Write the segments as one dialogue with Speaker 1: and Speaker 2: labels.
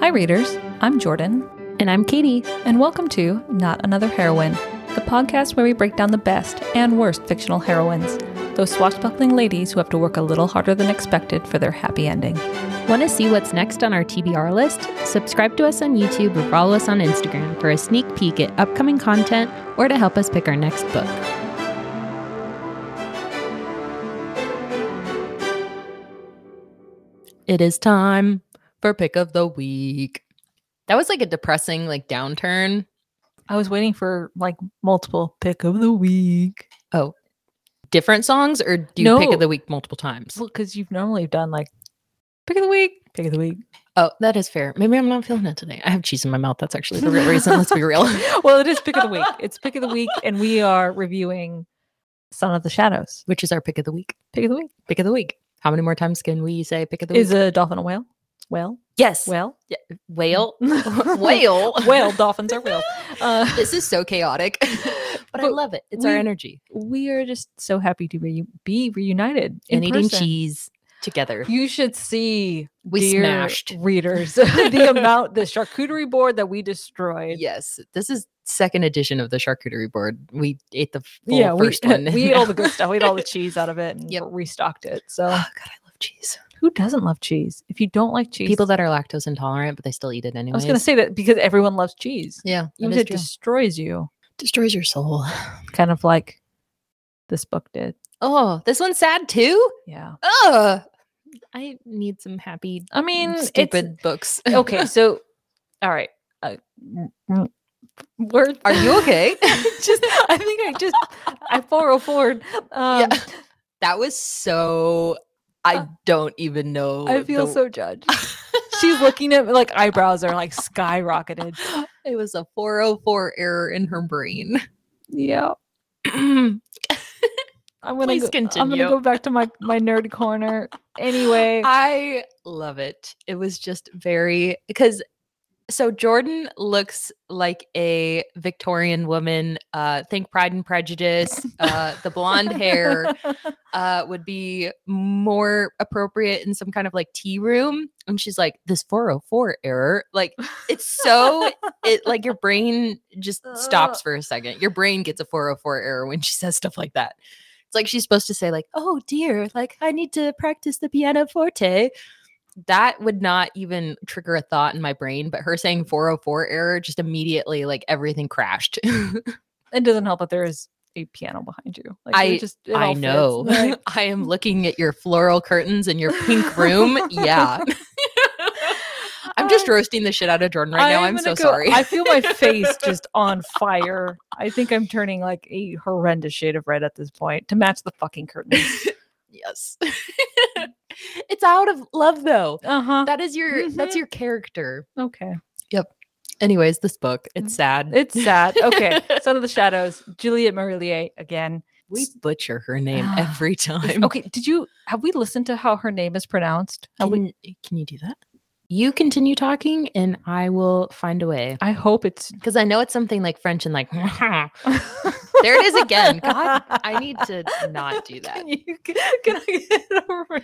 Speaker 1: Hi, readers. I'm Jordan,
Speaker 2: And I'm Katie.
Speaker 1: and welcome to Not Another Heroine, the podcast where we break down the best and worst fictional heroines, those swashbuckling ladies who have to work a little harder than expected for their happy ending.
Speaker 2: Want to see what's next on our TBR list? Subscribe to us on YouTube or follow us on Instagram for a sneak peek at upcoming content or to help us pick our next book.
Speaker 3: It is time for pick of the week. That was like a depressing like downturn.
Speaker 1: I was waiting for like multiple pick of the week.
Speaker 3: Different songs or do you pick
Speaker 1: No.
Speaker 3: of the week multiple times?
Speaker 1: Well, because you've normally done like pick of the week, pick of the week.
Speaker 3: Oh, that is fair. Maybe I'm not feeling it today. I have cheese in my mouth. That's actually the real reason. Let's be real.
Speaker 1: well, it is pick of the week. It's pick of the week, and we are reviewing Son of the Shadows.
Speaker 3: Which is our pick of the week?
Speaker 1: Pick of the week
Speaker 3: Pick of the week. How many more times can we say pick of the
Speaker 1: is
Speaker 3: week?
Speaker 1: a dolphin a whale? Whale,
Speaker 3: yes.
Speaker 1: whale,
Speaker 3: Whale. Whale.
Speaker 1: whale. Dolphins are whales. Uh,
Speaker 3: This is so chaotic, but, I
Speaker 1: But
Speaker 3: love it. It's
Speaker 1: we-
Speaker 3: our energy.
Speaker 1: we are just so happy to re- be reunited in
Speaker 3: and eating
Speaker 1: person.
Speaker 3: cheese together.
Speaker 1: You should see,
Speaker 3: We
Speaker 1: dear
Speaker 3: smashed.
Speaker 1: readers, the amount the charcuterie board that we destroyed.
Speaker 3: Yes, this is second edition of the charcuterie board. We ate the full
Speaker 1: Yeah, we,
Speaker 3: first one.
Speaker 1: we ate all the good stuff. We ate all the cheese out of it and
Speaker 3: Yep.
Speaker 1: restocked it.
Speaker 3: Oh
Speaker 1: So
Speaker 3: God, I love cheese.
Speaker 1: who doesn't love cheese? If you don't like cheese,
Speaker 3: People that are lactose intolerant, but they still eat it
Speaker 1: I
Speaker 3: anyway.
Speaker 1: was going to say that because everyone loves cheese,
Speaker 3: yeah,
Speaker 1: even if it destroys you,
Speaker 3: destroys your soul.
Speaker 1: kind of like this book did.
Speaker 3: Oh, this one's sad too.
Speaker 1: Yeah,
Speaker 3: Ugh. I need some happy,
Speaker 1: I mean, it's-
Speaker 3: Mm, stupid books.
Speaker 1: okay, so all right. Uh, we're,
Speaker 3: Are you okay?
Speaker 1: just I think I just I borrow forward. Um,
Speaker 3: yeah, that was so.
Speaker 1: Uh,
Speaker 3: I don't even know.
Speaker 1: I feel
Speaker 3: the-
Speaker 1: so judged. She's looking at me like eyebrows are like skyrocketed.
Speaker 3: It was a 404 error in her brain.
Speaker 1: Yeah. I'm gonna
Speaker 3: Please
Speaker 1: go, I'm gonna
Speaker 3: continue.
Speaker 1: go back to my my nerd corner anyway.
Speaker 3: I love it. It was just very because so Jordan looks like a Victorian woman. Uh, think Pride and Prejudice. Uh, the blonde hair uh, would be more appropriate in some kind of like tea room. And she's like, this 404 error. Like it's so it like your brain just stops
Speaker 1: Ugh.
Speaker 3: for a second. Your brain gets a 404 error when she says stuff like that. It's like she's supposed to say like, "Oh dear, like I need to practice the piano forte." That would not even trigger a thought in my brain, but her saying 404 error just immediately like everything crashed.
Speaker 1: It doesn't help that there is a piano behind you. Like
Speaker 3: I-
Speaker 1: it just it all
Speaker 3: I
Speaker 1: fits.
Speaker 3: know.
Speaker 1: Like,
Speaker 3: I am looking at your floral curtains in your pink room. Yeah. I'm just
Speaker 1: I-
Speaker 3: roasting the shit out of Jordan right now. I'm, so
Speaker 1: gonna go-
Speaker 3: sorry.
Speaker 1: I feel my face just on fire. I think I'm turning like a horrendous shade of red at this point to match the fucking curtains.
Speaker 3: yes. it's out of love though.
Speaker 1: Uh huh.
Speaker 3: That is your
Speaker 1: Mhm.
Speaker 3: that's your character.
Speaker 1: Okay.
Speaker 3: Anyways, this book, Mm, it's sad.
Speaker 1: It's sad. Okay. Son of the Shadows, Juliette Marillier again.
Speaker 3: we butcher her name
Speaker 1: Ah,
Speaker 3: every time.
Speaker 1: Okay. Did you have we listened to how her name is pronounced? Have
Speaker 3: Can,
Speaker 1: we-
Speaker 3: can you do that? You continue talking and I will find a way.
Speaker 1: I hope it's
Speaker 3: Because I know it's something like French and like there it is again. God, I need to not do that.
Speaker 1: Can, you, can I get over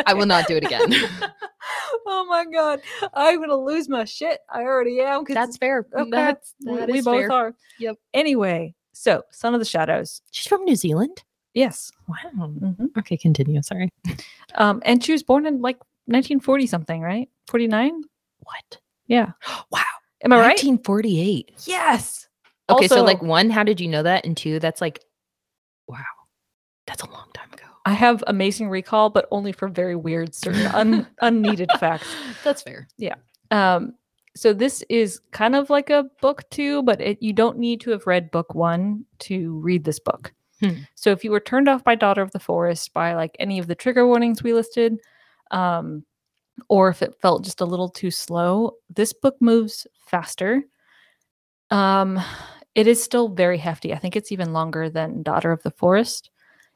Speaker 3: I will not do it again.
Speaker 1: oh my god. I'm gonna lose my shit. I already am. 'cause
Speaker 3: That's fair.
Speaker 1: Okay.
Speaker 3: That's
Speaker 1: we-
Speaker 3: that
Speaker 1: we
Speaker 3: is
Speaker 1: both
Speaker 3: fair.
Speaker 1: are.
Speaker 3: Yep.
Speaker 1: Anyway, so Son of the Shadows.
Speaker 3: She's from New Zealand.
Speaker 1: Yes.
Speaker 3: Wow.
Speaker 1: hmm
Speaker 3: Okay, continue. Sorry.
Speaker 1: Um, and she was born in like 1940 something, right? 49?
Speaker 3: What?
Speaker 1: Yeah.
Speaker 3: Wow.
Speaker 1: Am I right?
Speaker 3: 1948.
Speaker 1: Yes.
Speaker 3: Okay, so
Speaker 1: Also-
Speaker 3: like one, how did you know that? And two, that's like, wow, that's a long time ago.
Speaker 1: I have amazing recall, but only for very weird, certain un- unneeded facts.
Speaker 3: That's fair.
Speaker 1: Um, so this is kind of like a book two, but it, you don't need to have read book one to read this book.
Speaker 3: Hmm.
Speaker 1: So if you were turned off by Daughter of the Forest by like any of the trigger warnings we listed, um, or if it felt just a little too slow, this book moves faster. Um, it is still very hefty. I think it's even longer than Daughter of the Forest,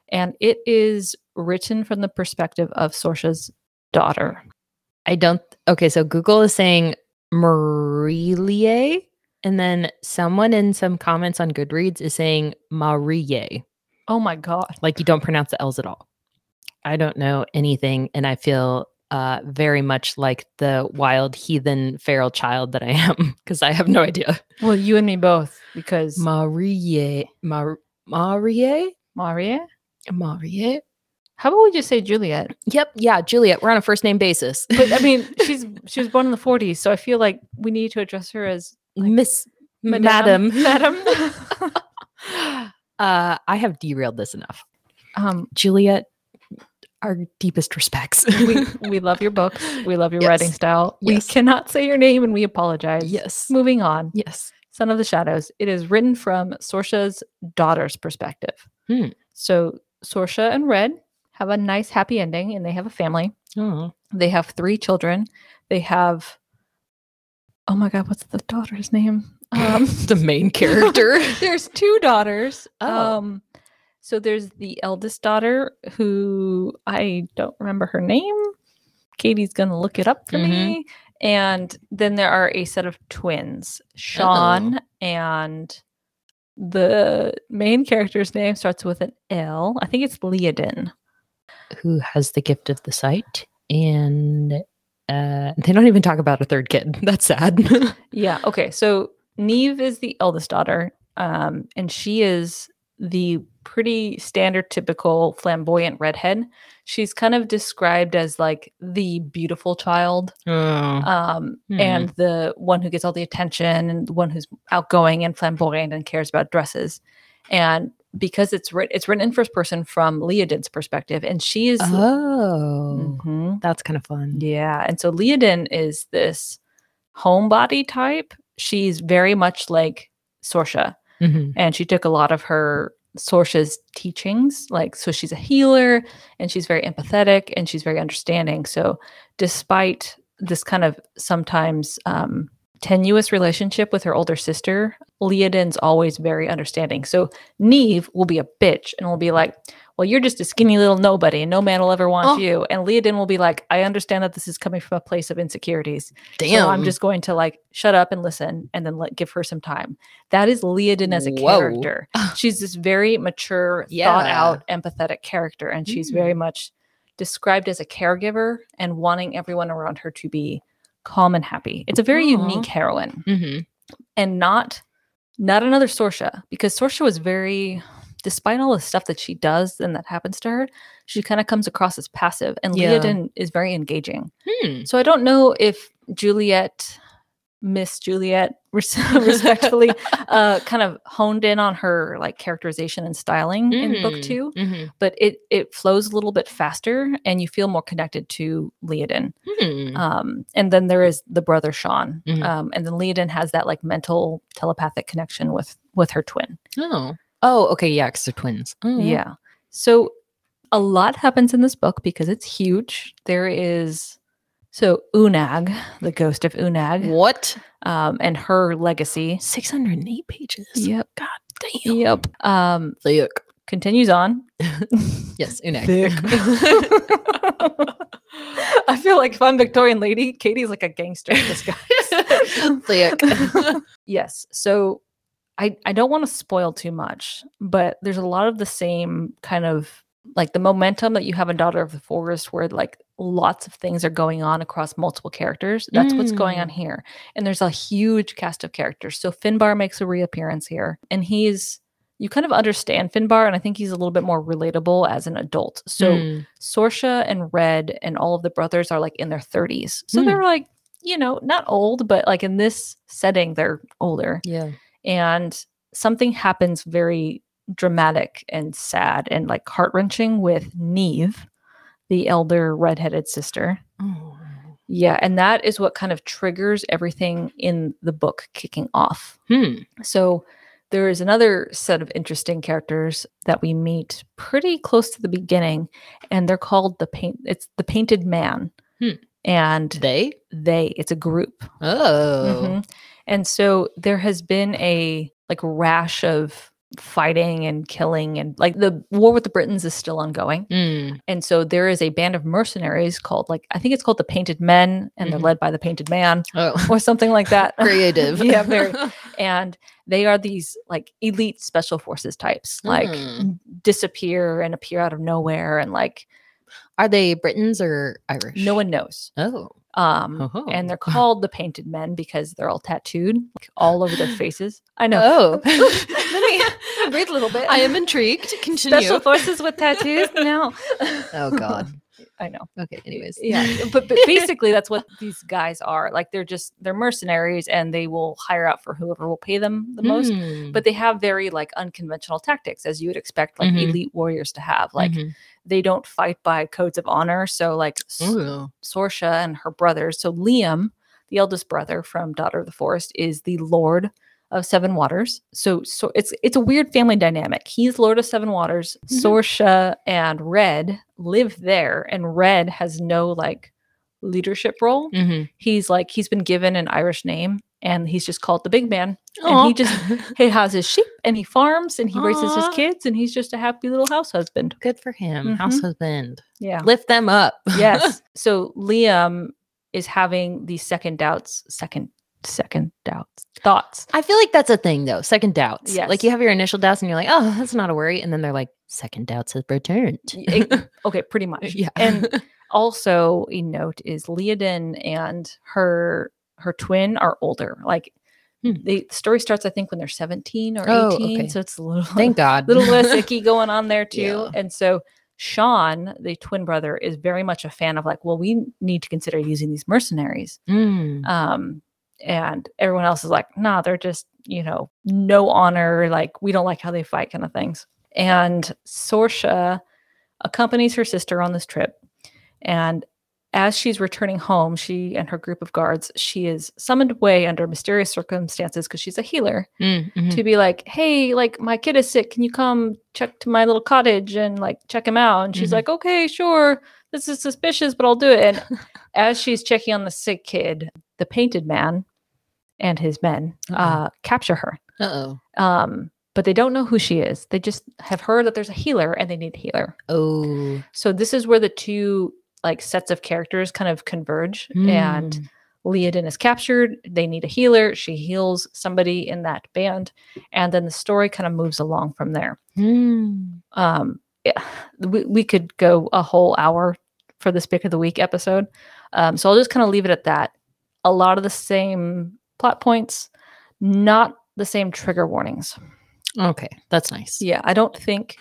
Speaker 1: and it is written from the perspective of Sorsha's daughter.
Speaker 3: I don't. Okay, so Google is saying Marillier, and then someone in some comments on Goodreads is saying Marie.
Speaker 1: Oh my god.
Speaker 3: Like you don't pronounce the L's at all. I don't know anything, and I feel
Speaker 4: uh, very much like the wild heathen feral child that I am because I have no idea.
Speaker 1: Well, you and me both, because
Speaker 4: Marie, Mar- Marie,
Speaker 1: Maria.
Speaker 4: Marie.
Speaker 1: How about we just say Juliet?
Speaker 4: Yep, yeah, Juliet. We're on a first name basis.
Speaker 1: But I mean, she's she was born in the 40s, so I feel like we need to address her as
Speaker 4: Miss
Speaker 1: Madame.
Speaker 4: Madam.
Speaker 1: Madam.
Speaker 4: uh, I have derailed this enough.
Speaker 1: um,
Speaker 4: Juliet, our deepest respects.
Speaker 1: we we love your books. We love your
Speaker 4: Yes.
Speaker 1: writing style.
Speaker 4: Yes.
Speaker 1: We cannot say your name, and we apologize.
Speaker 4: yes,
Speaker 1: Moving on.
Speaker 4: yes.
Speaker 1: Son of the Shadows. It is written from Sorsha's daughter's perspective.
Speaker 4: Hmm.
Speaker 1: So Sorsha and Red have a nice happy ending and they have a family.
Speaker 4: Oh,
Speaker 1: They have three children. They have Oh my god, what's the daughter's name? Um
Speaker 4: the main character.
Speaker 1: there's two daughters.
Speaker 4: Oh.
Speaker 1: Um so there's the eldest daughter who I don't remember her name. Katie's going to look it up for
Speaker 4: Mhm.
Speaker 1: me. And then there are a set of twins,
Speaker 4: Oh.
Speaker 1: Sean and the main character's name starts with an L. I think it's Leoden.
Speaker 4: who has the gift of the sight and uh, they don't even talk about a third kid. That's sad.
Speaker 1: Yeah. Okay. So Neve is the eldest daughter, um, and she is the pretty standard, typical flamboyant redhead. She's kind of described as like the beautiful child,
Speaker 3: Mm-hmm.
Speaker 4: oh.
Speaker 1: um,
Speaker 4: Hmm.
Speaker 1: and the one who gets all the attention, and the one who's outgoing and flamboyant and cares about dresses. And because it's written, it's written in first person from Leodin's perspective, and she is.
Speaker 3: Oh.
Speaker 4: Mm-hmm.
Speaker 1: Mhm.
Speaker 4: that's kind of fun.
Speaker 1: Yeah. And so Leoden is this homebody type. She's very much like Sorsha,
Speaker 4: Mhm.
Speaker 1: and she took a lot of her Sorsha's teachings. Like, so she's a healer and she's very empathetic and she's very understanding. So, despite this kind of sometimes um, tenuous relationship with her older sister, Leoden's always very understanding. So, Neve will be a bitch and will be like, well, you're just a skinny little nobody and no man will ever want
Speaker 4: Oh.
Speaker 1: you. And Leoden will be like, I understand that this is coming from a place of insecurities. So I'm just going to like shut up and listen and then let give her some time. That is Leoden as a
Speaker 4: Whoa.
Speaker 1: character. She's this very mature, thought out, empathetic character. And she's
Speaker 4: Mm.
Speaker 1: very much described as a caregiver and wanting everyone around her to be calm and happy. It's a very
Speaker 4: Aw.
Speaker 1: unique heroine
Speaker 4: Mhm.
Speaker 1: and not not another Sorsha because Sorsha was very despite all the stuff that she does and that happens to her, she kind of comes across as passive and
Speaker 4: Yeah.
Speaker 1: Leoden is very engaging.
Speaker 4: Hmm.
Speaker 1: So I don't know if Juliet, Miss Juliet, res- respectfully, uh, kind of honed in on her like characterization and styling in book
Speaker 4: Mm.
Speaker 1: two,
Speaker 4: Mhm.
Speaker 1: but it it flows a little bit faster, and you feel more connected to Leoden.
Speaker 3: Mm-hmm.
Speaker 4: Hmm.
Speaker 1: Um, and then there is the brother Sean,
Speaker 4: Mhm.
Speaker 1: um, and then Leoden has that like mental telepathic connection with with her twin.
Speaker 4: Oh. Oh, okay. Yeah, because they're twins. Oh,
Speaker 3: Mm-hmm.
Speaker 1: Yeah. So a lot happens in this book because it's huge. There is so Unag, the ghost of Unag,
Speaker 4: What?
Speaker 1: um, and her legacy.
Speaker 4: 608 pages.
Speaker 1: Yep.
Speaker 4: God damn.
Speaker 1: Yep. Um,
Speaker 4: Thick.
Speaker 1: continues on.
Speaker 4: Yes, Unek.
Speaker 1: I feel like if I'm Victorian lady, Katie's like a gangster in disguise.
Speaker 4: Thick.
Speaker 1: yes. So I I don't want to spoil too much, but there's a lot of the same kind of like the momentum that you have in Daughter of the Forest where like lots of things are going on across multiple characters. That's what's going on here. And there's a huge cast of characters. So Finbar makes a reappearance here and he's you kind of understand Finbar and I think he's a little bit more relatable as an adult. So
Speaker 4: Mm.
Speaker 1: Sorsha and Red and all of the brothers are like in their 30s. So
Speaker 4: Hmm.
Speaker 1: they're like, you know, not old, but like in this setting, they're older.
Speaker 4: yeah.
Speaker 1: And something happens very dramatic and sad and like heart wrenching with Neve, the elder redheaded sister.
Speaker 4: Oh.
Speaker 1: Yeah. And that is what kind of triggers everything in the book kicking off.
Speaker 4: Hmm.
Speaker 1: So there is another set of interesting characters that we meet pretty close to the beginning, and they're called the paint. It's the Painted Man,
Speaker 4: Hmm.
Speaker 1: and
Speaker 4: They?
Speaker 1: they. It's a group,
Speaker 4: Oh.
Speaker 1: Mhm. and so there has been a like rash of fighting and killing and like the war with the Britons is still ongoing.
Speaker 4: Mm.
Speaker 1: And so there is a band of mercenaries called like I think it's called the Painted Men and they're
Speaker 4: Mhm.
Speaker 1: led by the Painted Man
Speaker 4: Oh.
Speaker 1: or something like that.
Speaker 4: Creative.
Speaker 1: yeah, very and they are these like elite special forces types like
Speaker 4: Mm.
Speaker 1: disappear and appear out of nowhere and like
Speaker 3: Are they Britons or Irish?
Speaker 1: No one knows.
Speaker 3: Oh.
Speaker 1: Um,
Speaker 4: Oh.
Speaker 1: and they're called the painted men because they're all tattooed like, all over their faces. I know.
Speaker 3: Oh.
Speaker 1: Let me read a little bit.
Speaker 4: I am intrigued. Continue.
Speaker 1: special forces with tattoos. No,
Speaker 3: oh God.
Speaker 1: I know.
Speaker 3: Okay. Anyways.
Speaker 1: Yeah, but, but basically that's what these guys are. Like they're just they're mercenaries and they will hire out for whoever will pay them the most.
Speaker 3: Mm.
Speaker 1: But they have very like unconventional tactics as you would expect like
Speaker 4: Mhm.
Speaker 1: elite warriors to have. Like
Speaker 3: Mhm.
Speaker 1: they don't fight by codes of honor. So like S-
Speaker 3: Ooh.
Speaker 1: Sorsha and her brothers. So Liam, the eldest brother from Daughter of the Forest, is the Lord of Seven Waters. So, so it's it's a weird family dynamic. He's Lord of Seven Waters.
Speaker 3: Mhm.
Speaker 1: Sorsha and Red live there, and Red has no like leadership role.
Speaker 3: Mm.
Speaker 4: Mhm.
Speaker 3: Mm-hmm.
Speaker 1: He's like he's been given an Irish name, and he's just called the big man. And
Speaker 4: Aw.
Speaker 1: he just he has his sheep, and he farms, and he raises his
Speaker 4: Aw.
Speaker 1: kids, and he's just a happy little house husband.
Speaker 3: Good for him.
Speaker 1: Mhm.
Speaker 3: House husband.
Speaker 1: Yeah.
Speaker 3: Lift them up.
Speaker 1: yes. So Liam is having these second doubts, second second doubts, thoughts.
Speaker 3: I feel like that's a thing though. Second doubts.
Speaker 1: Yes.
Speaker 3: Like you have your initial doubts and you're like, oh, that's not a worry. And then they're like, second doubts have returned.
Speaker 1: Y- it- okay, pretty much.
Speaker 3: yeah.
Speaker 1: And also a note is Leoden and her her twin are older. Like
Speaker 3: Hmm.
Speaker 1: the story starts, I think, when they're 17 or
Speaker 3: Oh,
Speaker 1: 18.
Speaker 3: okay.
Speaker 1: So it's a little
Speaker 3: Thank God.
Speaker 1: little less icky going on there too.
Speaker 3: Yeah.
Speaker 1: And so Sean, the twin brother, is very much a fan of like, well, we need to consider using these mercenaries.
Speaker 3: Mm.
Speaker 1: um and everyone else is like nah they're just you know no honor like we don't like how they fight kind of things and sorsha accompanies her sister on this trip and as she's returning home she and her group of guards she is summoned away under mysterious circumstances because she's a healer
Speaker 3: Mm, mhm.
Speaker 1: to be like hey like my kid is sick can you come check to my little cottage and like check him out and she's
Speaker 3: Mhm.
Speaker 1: like okay sure this is suspicious but i'll do it and as she's checking on the sick kid the painted man and his men
Speaker 3: Uh-oh.
Speaker 1: uh, capture her
Speaker 3: Uh-oh.
Speaker 1: um, but they don't know who she is they just have heard that there's a healer and they need a healer
Speaker 3: Oh.
Speaker 1: so this is where the two like sets of characters kind of converge and
Speaker 3: Mm.
Speaker 1: Leoden is captured. They need a healer. She heals somebody in that band. And then the story kind of moves along from there.
Speaker 3: Mm.
Speaker 1: Um, it- we, we could go a whole hour for this pick of the week episode. Um, so I'll just kind of leave it at that. A lot of the same plot points, not the same trigger warnings.
Speaker 3: Okay. That's nice.
Speaker 1: Yeah, I don't think,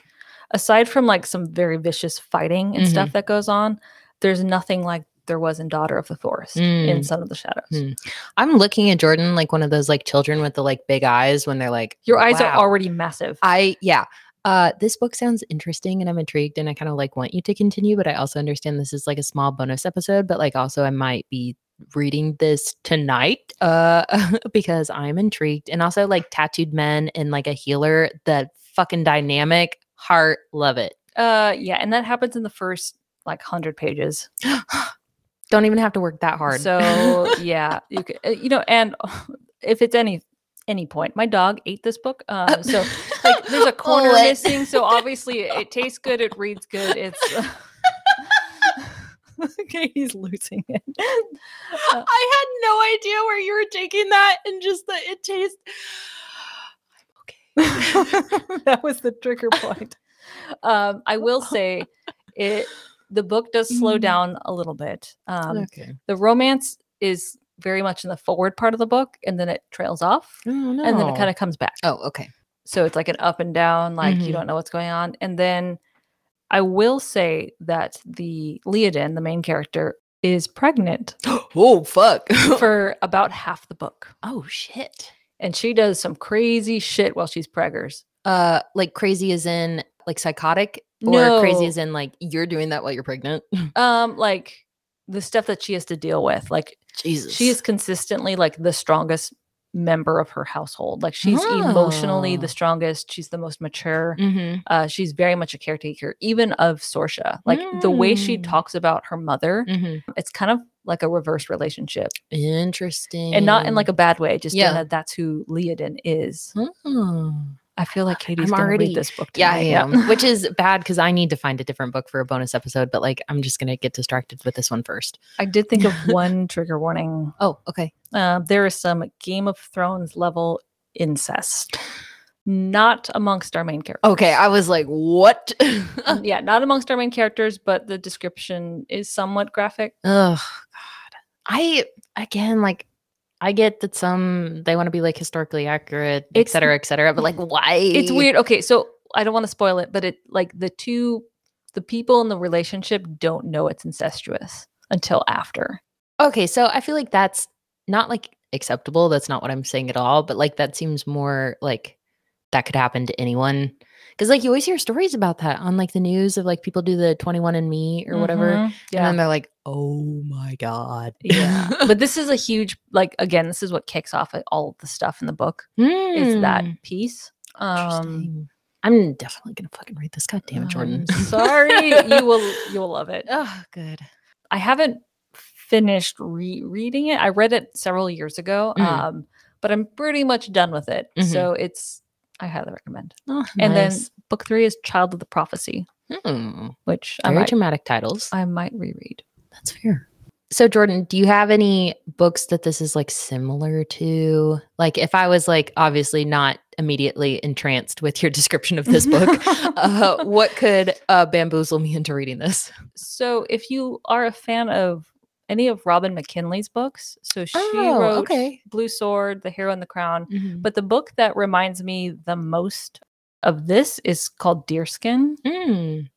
Speaker 1: aside from like some very vicious fighting and
Speaker 3: Mm-hmm.
Speaker 1: stuff that goes on, there's nothing like there was in Daughter of the Forest in
Speaker 3: Mm.
Speaker 1: Son of the Shadows.
Speaker 3: Mm. I'm looking at Jordan like one of those like children with the like big eyes when they're like
Speaker 1: Your eyes are
Speaker 3: "Wow."
Speaker 1: already massive.
Speaker 3: I yeah. Uh this book sounds interesting and I'm intrigued and I kind of like want you to continue, but I also understand this is like a small bonus episode, but like also I might be reading this tonight uh because I'm intrigued and also like tattooed men and like a healer, the fucking dynamic heart love it.
Speaker 1: Uh, yeah, and that happens in the first like hundred pages.
Speaker 3: Don't even have to work that hard.
Speaker 1: So yeah, you c- uh, you know, and if it's any any point, my dog ate this book. Uh, so like, there's a corner
Speaker 3: What?
Speaker 1: missing. So obviously, it, it tastes good. It reads good. It's okay. He's losing it. Uh,
Speaker 3: I had no idea where you were taking that and just that it tastes
Speaker 1: that was the trigger point. Um, I will say it. The book does slow
Speaker 3: Mm.
Speaker 1: down a little bit. Um,
Speaker 3: okay.
Speaker 1: the romance is very much in the forward part of the book and then it trails off
Speaker 3: Oh, no.
Speaker 1: and then it kind of comes back
Speaker 3: Oh, okay.
Speaker 1: so it's like an up and down like you
Speaker 3: Mhm.
Speaker 1: don't know what's going on and then i will say that the leoden the main character is pregnant
Speaker 3: oh fuck.
Speaker 1: for about half the book
Speaker 3: oh shit.
Speaker 1: and she does some crazy shit while she's preggers
Speaker 3: uh like crazy as in like psychotic or crazy
Speaker 1: No.
Speaker 3: as in like you're doing that while you're pregnant
Speaker 1: um like the stuff that she has to deal with like
Speaker 3: jesus
Speaker 1: she is consistently like the strongest member of her household like she's emotionally
Speaker 3: Oh.
Speaker 1: the strongest she's the most mature
Speaker 3: mm-hmm.
Speaker 1: uh, she's very much a caretaker, even of Sorsha. Like the way she
Speaker 3: Mm.
Speaker 1: talks about her mother,
Speaker 3: Mm-hmm.
Speaker 1: it's kind of like a reverse relationship,
Speaker 3: interesting
Speaker 1: and not in like a bad way. Just
Speaker 3: Yeah.
Speaker 1: in that that's who Leoden is.
Speaker 3: Oh.
Speaker 1: I feel like
Speaker 3: Okay,
Speaker 1: Katie's
Speaker 3: I'm
Speaker 1: gonna
Speaker 3: already-
Speaker 1: read this book.
Speaker 3: yeah i
Speaker 1: tonight.
Speaker 3: am which is bad because i need to find a different book for a bonus episode but like i'm just gonna get distracted with this one first
Speaker 1: I did think of one trigger warning.
Speaker 3: oh okay
Speaker 1: Uh, there is some Game of Thrones level incest. not amongst our main characters.
Speaker 3: Okay, I was like, what?
Speaker 1: yeah, not amongst our main characters, but the description is somewhat graphic.
Speaker 3: Oh God. I again like I get that some they want to be like historically accurate, et
Speaker 1: It's-
Speaker 3: cetera, et cetera. But like why?
Speaker 1: It's weird. Okay, so I don't want to spoil it, but it like the two the people in the relationship don't know it's incestuous until after.
Speaker 3: Okay, so I feel like that's not like acceptable. That's not what I'm saying at all. But like that seems more like that could happen to anyone. Cause like you always hear stories about that on like the news of like people do the 21 and me or whatever.
Speaker 1: Mhm,
Speaker 3: And
Speaker 1: Yeah.
Speaker 3: then they're like, oh my God.
Speaker 1: yeah. but this is a huge like again, this is what kicks off like, all of the stuff in the book is that
Speaker 3: Hmm,
Speaker 1: piece. Um
Speaker 3: interesting. I'm definitely gonna fucking read this. God damn it,
Speaker 1: I'm
Speaker 3: Jordan.
Speaker 1: sorry, you will you will love it.
Speaker 3: oh good.
Speaker 1: I haven't finished rereading it. I read it several years ago,
Speaker 3: Mm.
Speaker 1: um, but I'm pretty much done with it.
Speaker 3: Mhm.
Speaker 1: So it's I highly recommend.
Speaker 3: Oh,
Speaker 1: And then book three is Child of the Prophecy,
Speaker 3: then hmm,
Speaker 1: which I
Speaker 3: very
Speaker 1: might,
Speaker 3: dramatic titles.
Speaker 1: I might reread.
Speaker 3: That's fair. So, Jordan, do you have any books that this is like similar to? Like, if I was like obviously not immediately entranced with your description of this book, uh, what could uh, bamboozle me into reading this?
Speaker 1: So if you are a fan of any of Robin McKinley's books, so she
Speaker 3: Oh,
Speaker 1: wrote
Speaker 3: okay.
Speaker 1: Blue Sword, The Hero and the Crown. But the book that reminds me the most of this is called Deerskin.
Speaker 3: Mm.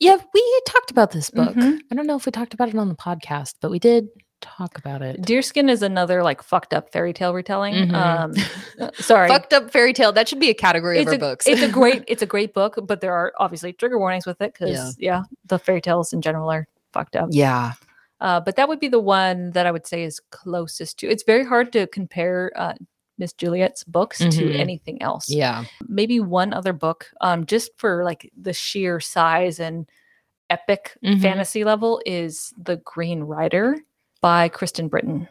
Speaker 3: Yeah, we talked about this book.
Speaker 1: Mhm.
Speaker 3: I don't know if we talked about it on the podcast, but we did talk about it.
Speaker 1: Deerskin is another like fucked up fairy tale retelling.
Speaker 3: Mhm.
Speaker 1: Um, uh, sorry,
Speaker 3: Fucked up fairy tale. That should be a category
Speaker 1: it's
Speaker 3: of our
Speaker 1: a,
Speaker 3: books.
Speaker 1: it's a great it's a great book, but there are obviously trigger warnings with it because
Speaker 3: Yeah.
Speaker 1: yeah. the fairy tales in general are fucked up.
Speaker 3: yeah.
Speaker 1: Uh, but that would be the one that I would say is closest to. It's very hard to compare uh, Miss Juliet's books
Speaker 3: Mhm.
Speaker 1: to anything else.
Speaker 3: Yeah.
Speaker 1: Maybe one other book, um, just for like the sheer size and epic
Speaker 3: Mhm.
Speaker 1: fantasy level, is The Green Rider by Kristen Britton.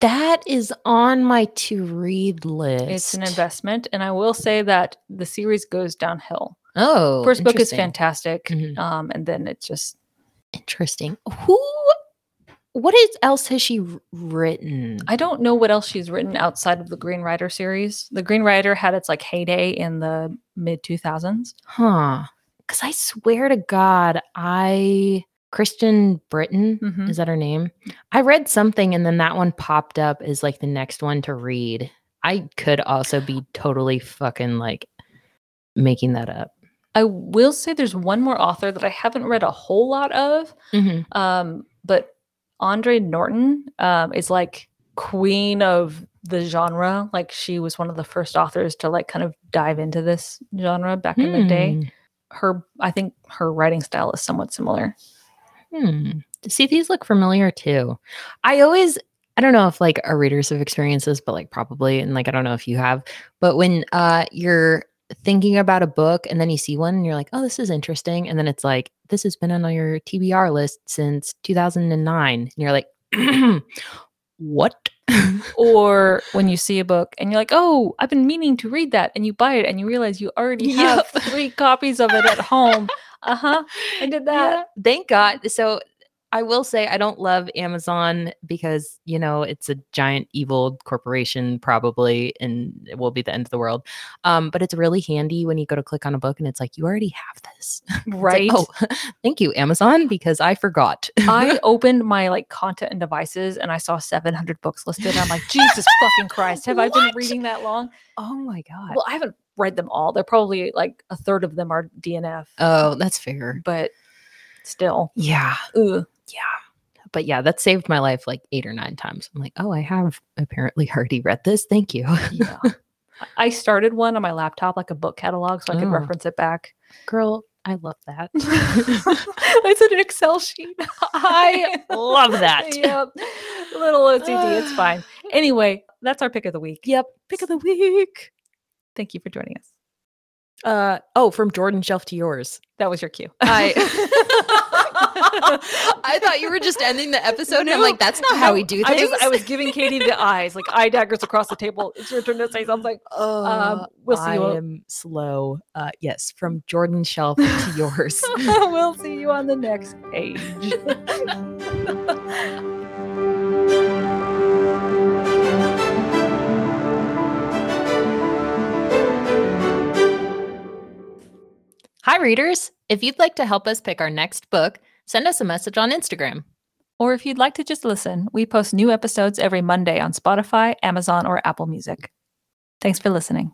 Speaker 3: That is on my to read list.
Speaker 1: It's an investment, and I will say that the series goes downhill.
Speaker 3: Oh,
Speaker 1: First book is
Speaker 3: interesting.
Speaker 1: fantastic,
Speaker 3: Mhm.
Speaker 1: um, and then it just
Speaker 3: Interesting. Who? What is, else has she r- written?
Speaker 1: I don't know what else she's written outside of the Green Rider series. The Green Rider had its like heyday in the mid 2000s.
Speaker 3: huh? Because I swear to God, I Kristen Britton
Speaker 1: Mhm.
Speaker 3: is that her name? I read something, and then that one popped up as like the next one to read. I could also be totally fucking like making that up.
Speaker 1: I will say there's one more author that I haven't read a whole lot of, um, but Andre Norton um, is like queen of the genre. Like she was one of the first authors to like kind of dive into this genre back in the
Speaker 3: Hmm.
Speaker 1: day. Her, I think her writing style is somewhat similar.
Speaker 3: Hmm. See, these look familiar too. I always, I don't know if like our readers have experienced this, but like probably, and like I don't know if you have, but when uh you're thinking about a book and then you see one and you're like, oh, this is interesting, and then it's like, this has been on your TBR list since 2009, and you're like, what?
Speaker 1: or when you see a book and you're like, "Oh, I've been meaning to read that," and you buy it and you realize you already have
Speaker 3: Yep.
Speaker 1: three copies of it at home. Uh huh. I did that.
Speaker 3: Yeah, thank God. So I will say I don't love Amazon because, you know, it's a giant evil corporation probably and it will be the end of the world. Um, but it's really handy when you go to click on a book and it's like, you already have this. It's
Speaker 1: Right.
Speaker 3: like, oh, thank you, Amazon, because I forgot.
Speaker 1: I opened my like content and devices and I saw 700 books listed. and I'm like, Jesus fucking Christ, have I
Speaker 3: What?
Speaker 1: been reading that long?
Speaker 3: oh my God.
Speaker 1: Well, I haven't read them all. They're probably like a third of them are DNF,
Speaker 3: oh, that's fair.
Speaker 1: but still.
Speaker 3: Yeah.
Speaker 1: Ugh.
Speaker 3: Yeah. But yeah, that saved my life like eight or nine times. I'm like, oh, I have apparently already read this. Thank you.
Speaker 1: Yeah. I- I started one on my laptop, like a book catalog, so I could
Speaker 3: Oh.
Speaker 1: reference it back.
Speaker 3: Girl, I love that.
Speaker 1: I said an Excel sheet.
Speaker 3: I love that.
Speaker 1: yep. Little OCD. It's fine. Anyway, that's our pick of the week.
Speaker 3: Yep. Pick of the week.
Speaker 1: Thank you for joining us.
Speaker 3: Uh oh, from Jordan shelf to yours.
Speaker 1: That was your cue.
Speaker 3: I I thought you were just ending the episode and I'm like,
Speaker 1: Nope.
Speaker 3: that's not how we do
Speaker 1: I
Speaker 3: things.
Speaker 1: was, I was giving Katie the eyes, like eye daggers across the table. It's your turn to say something.
Speaker 3: Oh.
Speaker 1: Um, we'll see
Speaker 3: Uh, I
Speaker 1: you.
Speaker 3: am slow. Uh yes, from Jordan shelf to yours.
Speaker 1: we'll see you on the next page.
Speaker 3: readers, if you'd like to help us pick our next book, send us a message on Instagram.
Speaker 1: Or if you'd like to just listen, we post new episodes every Monday on Spotify, Amazon, or Apple Music. Thanks for listening.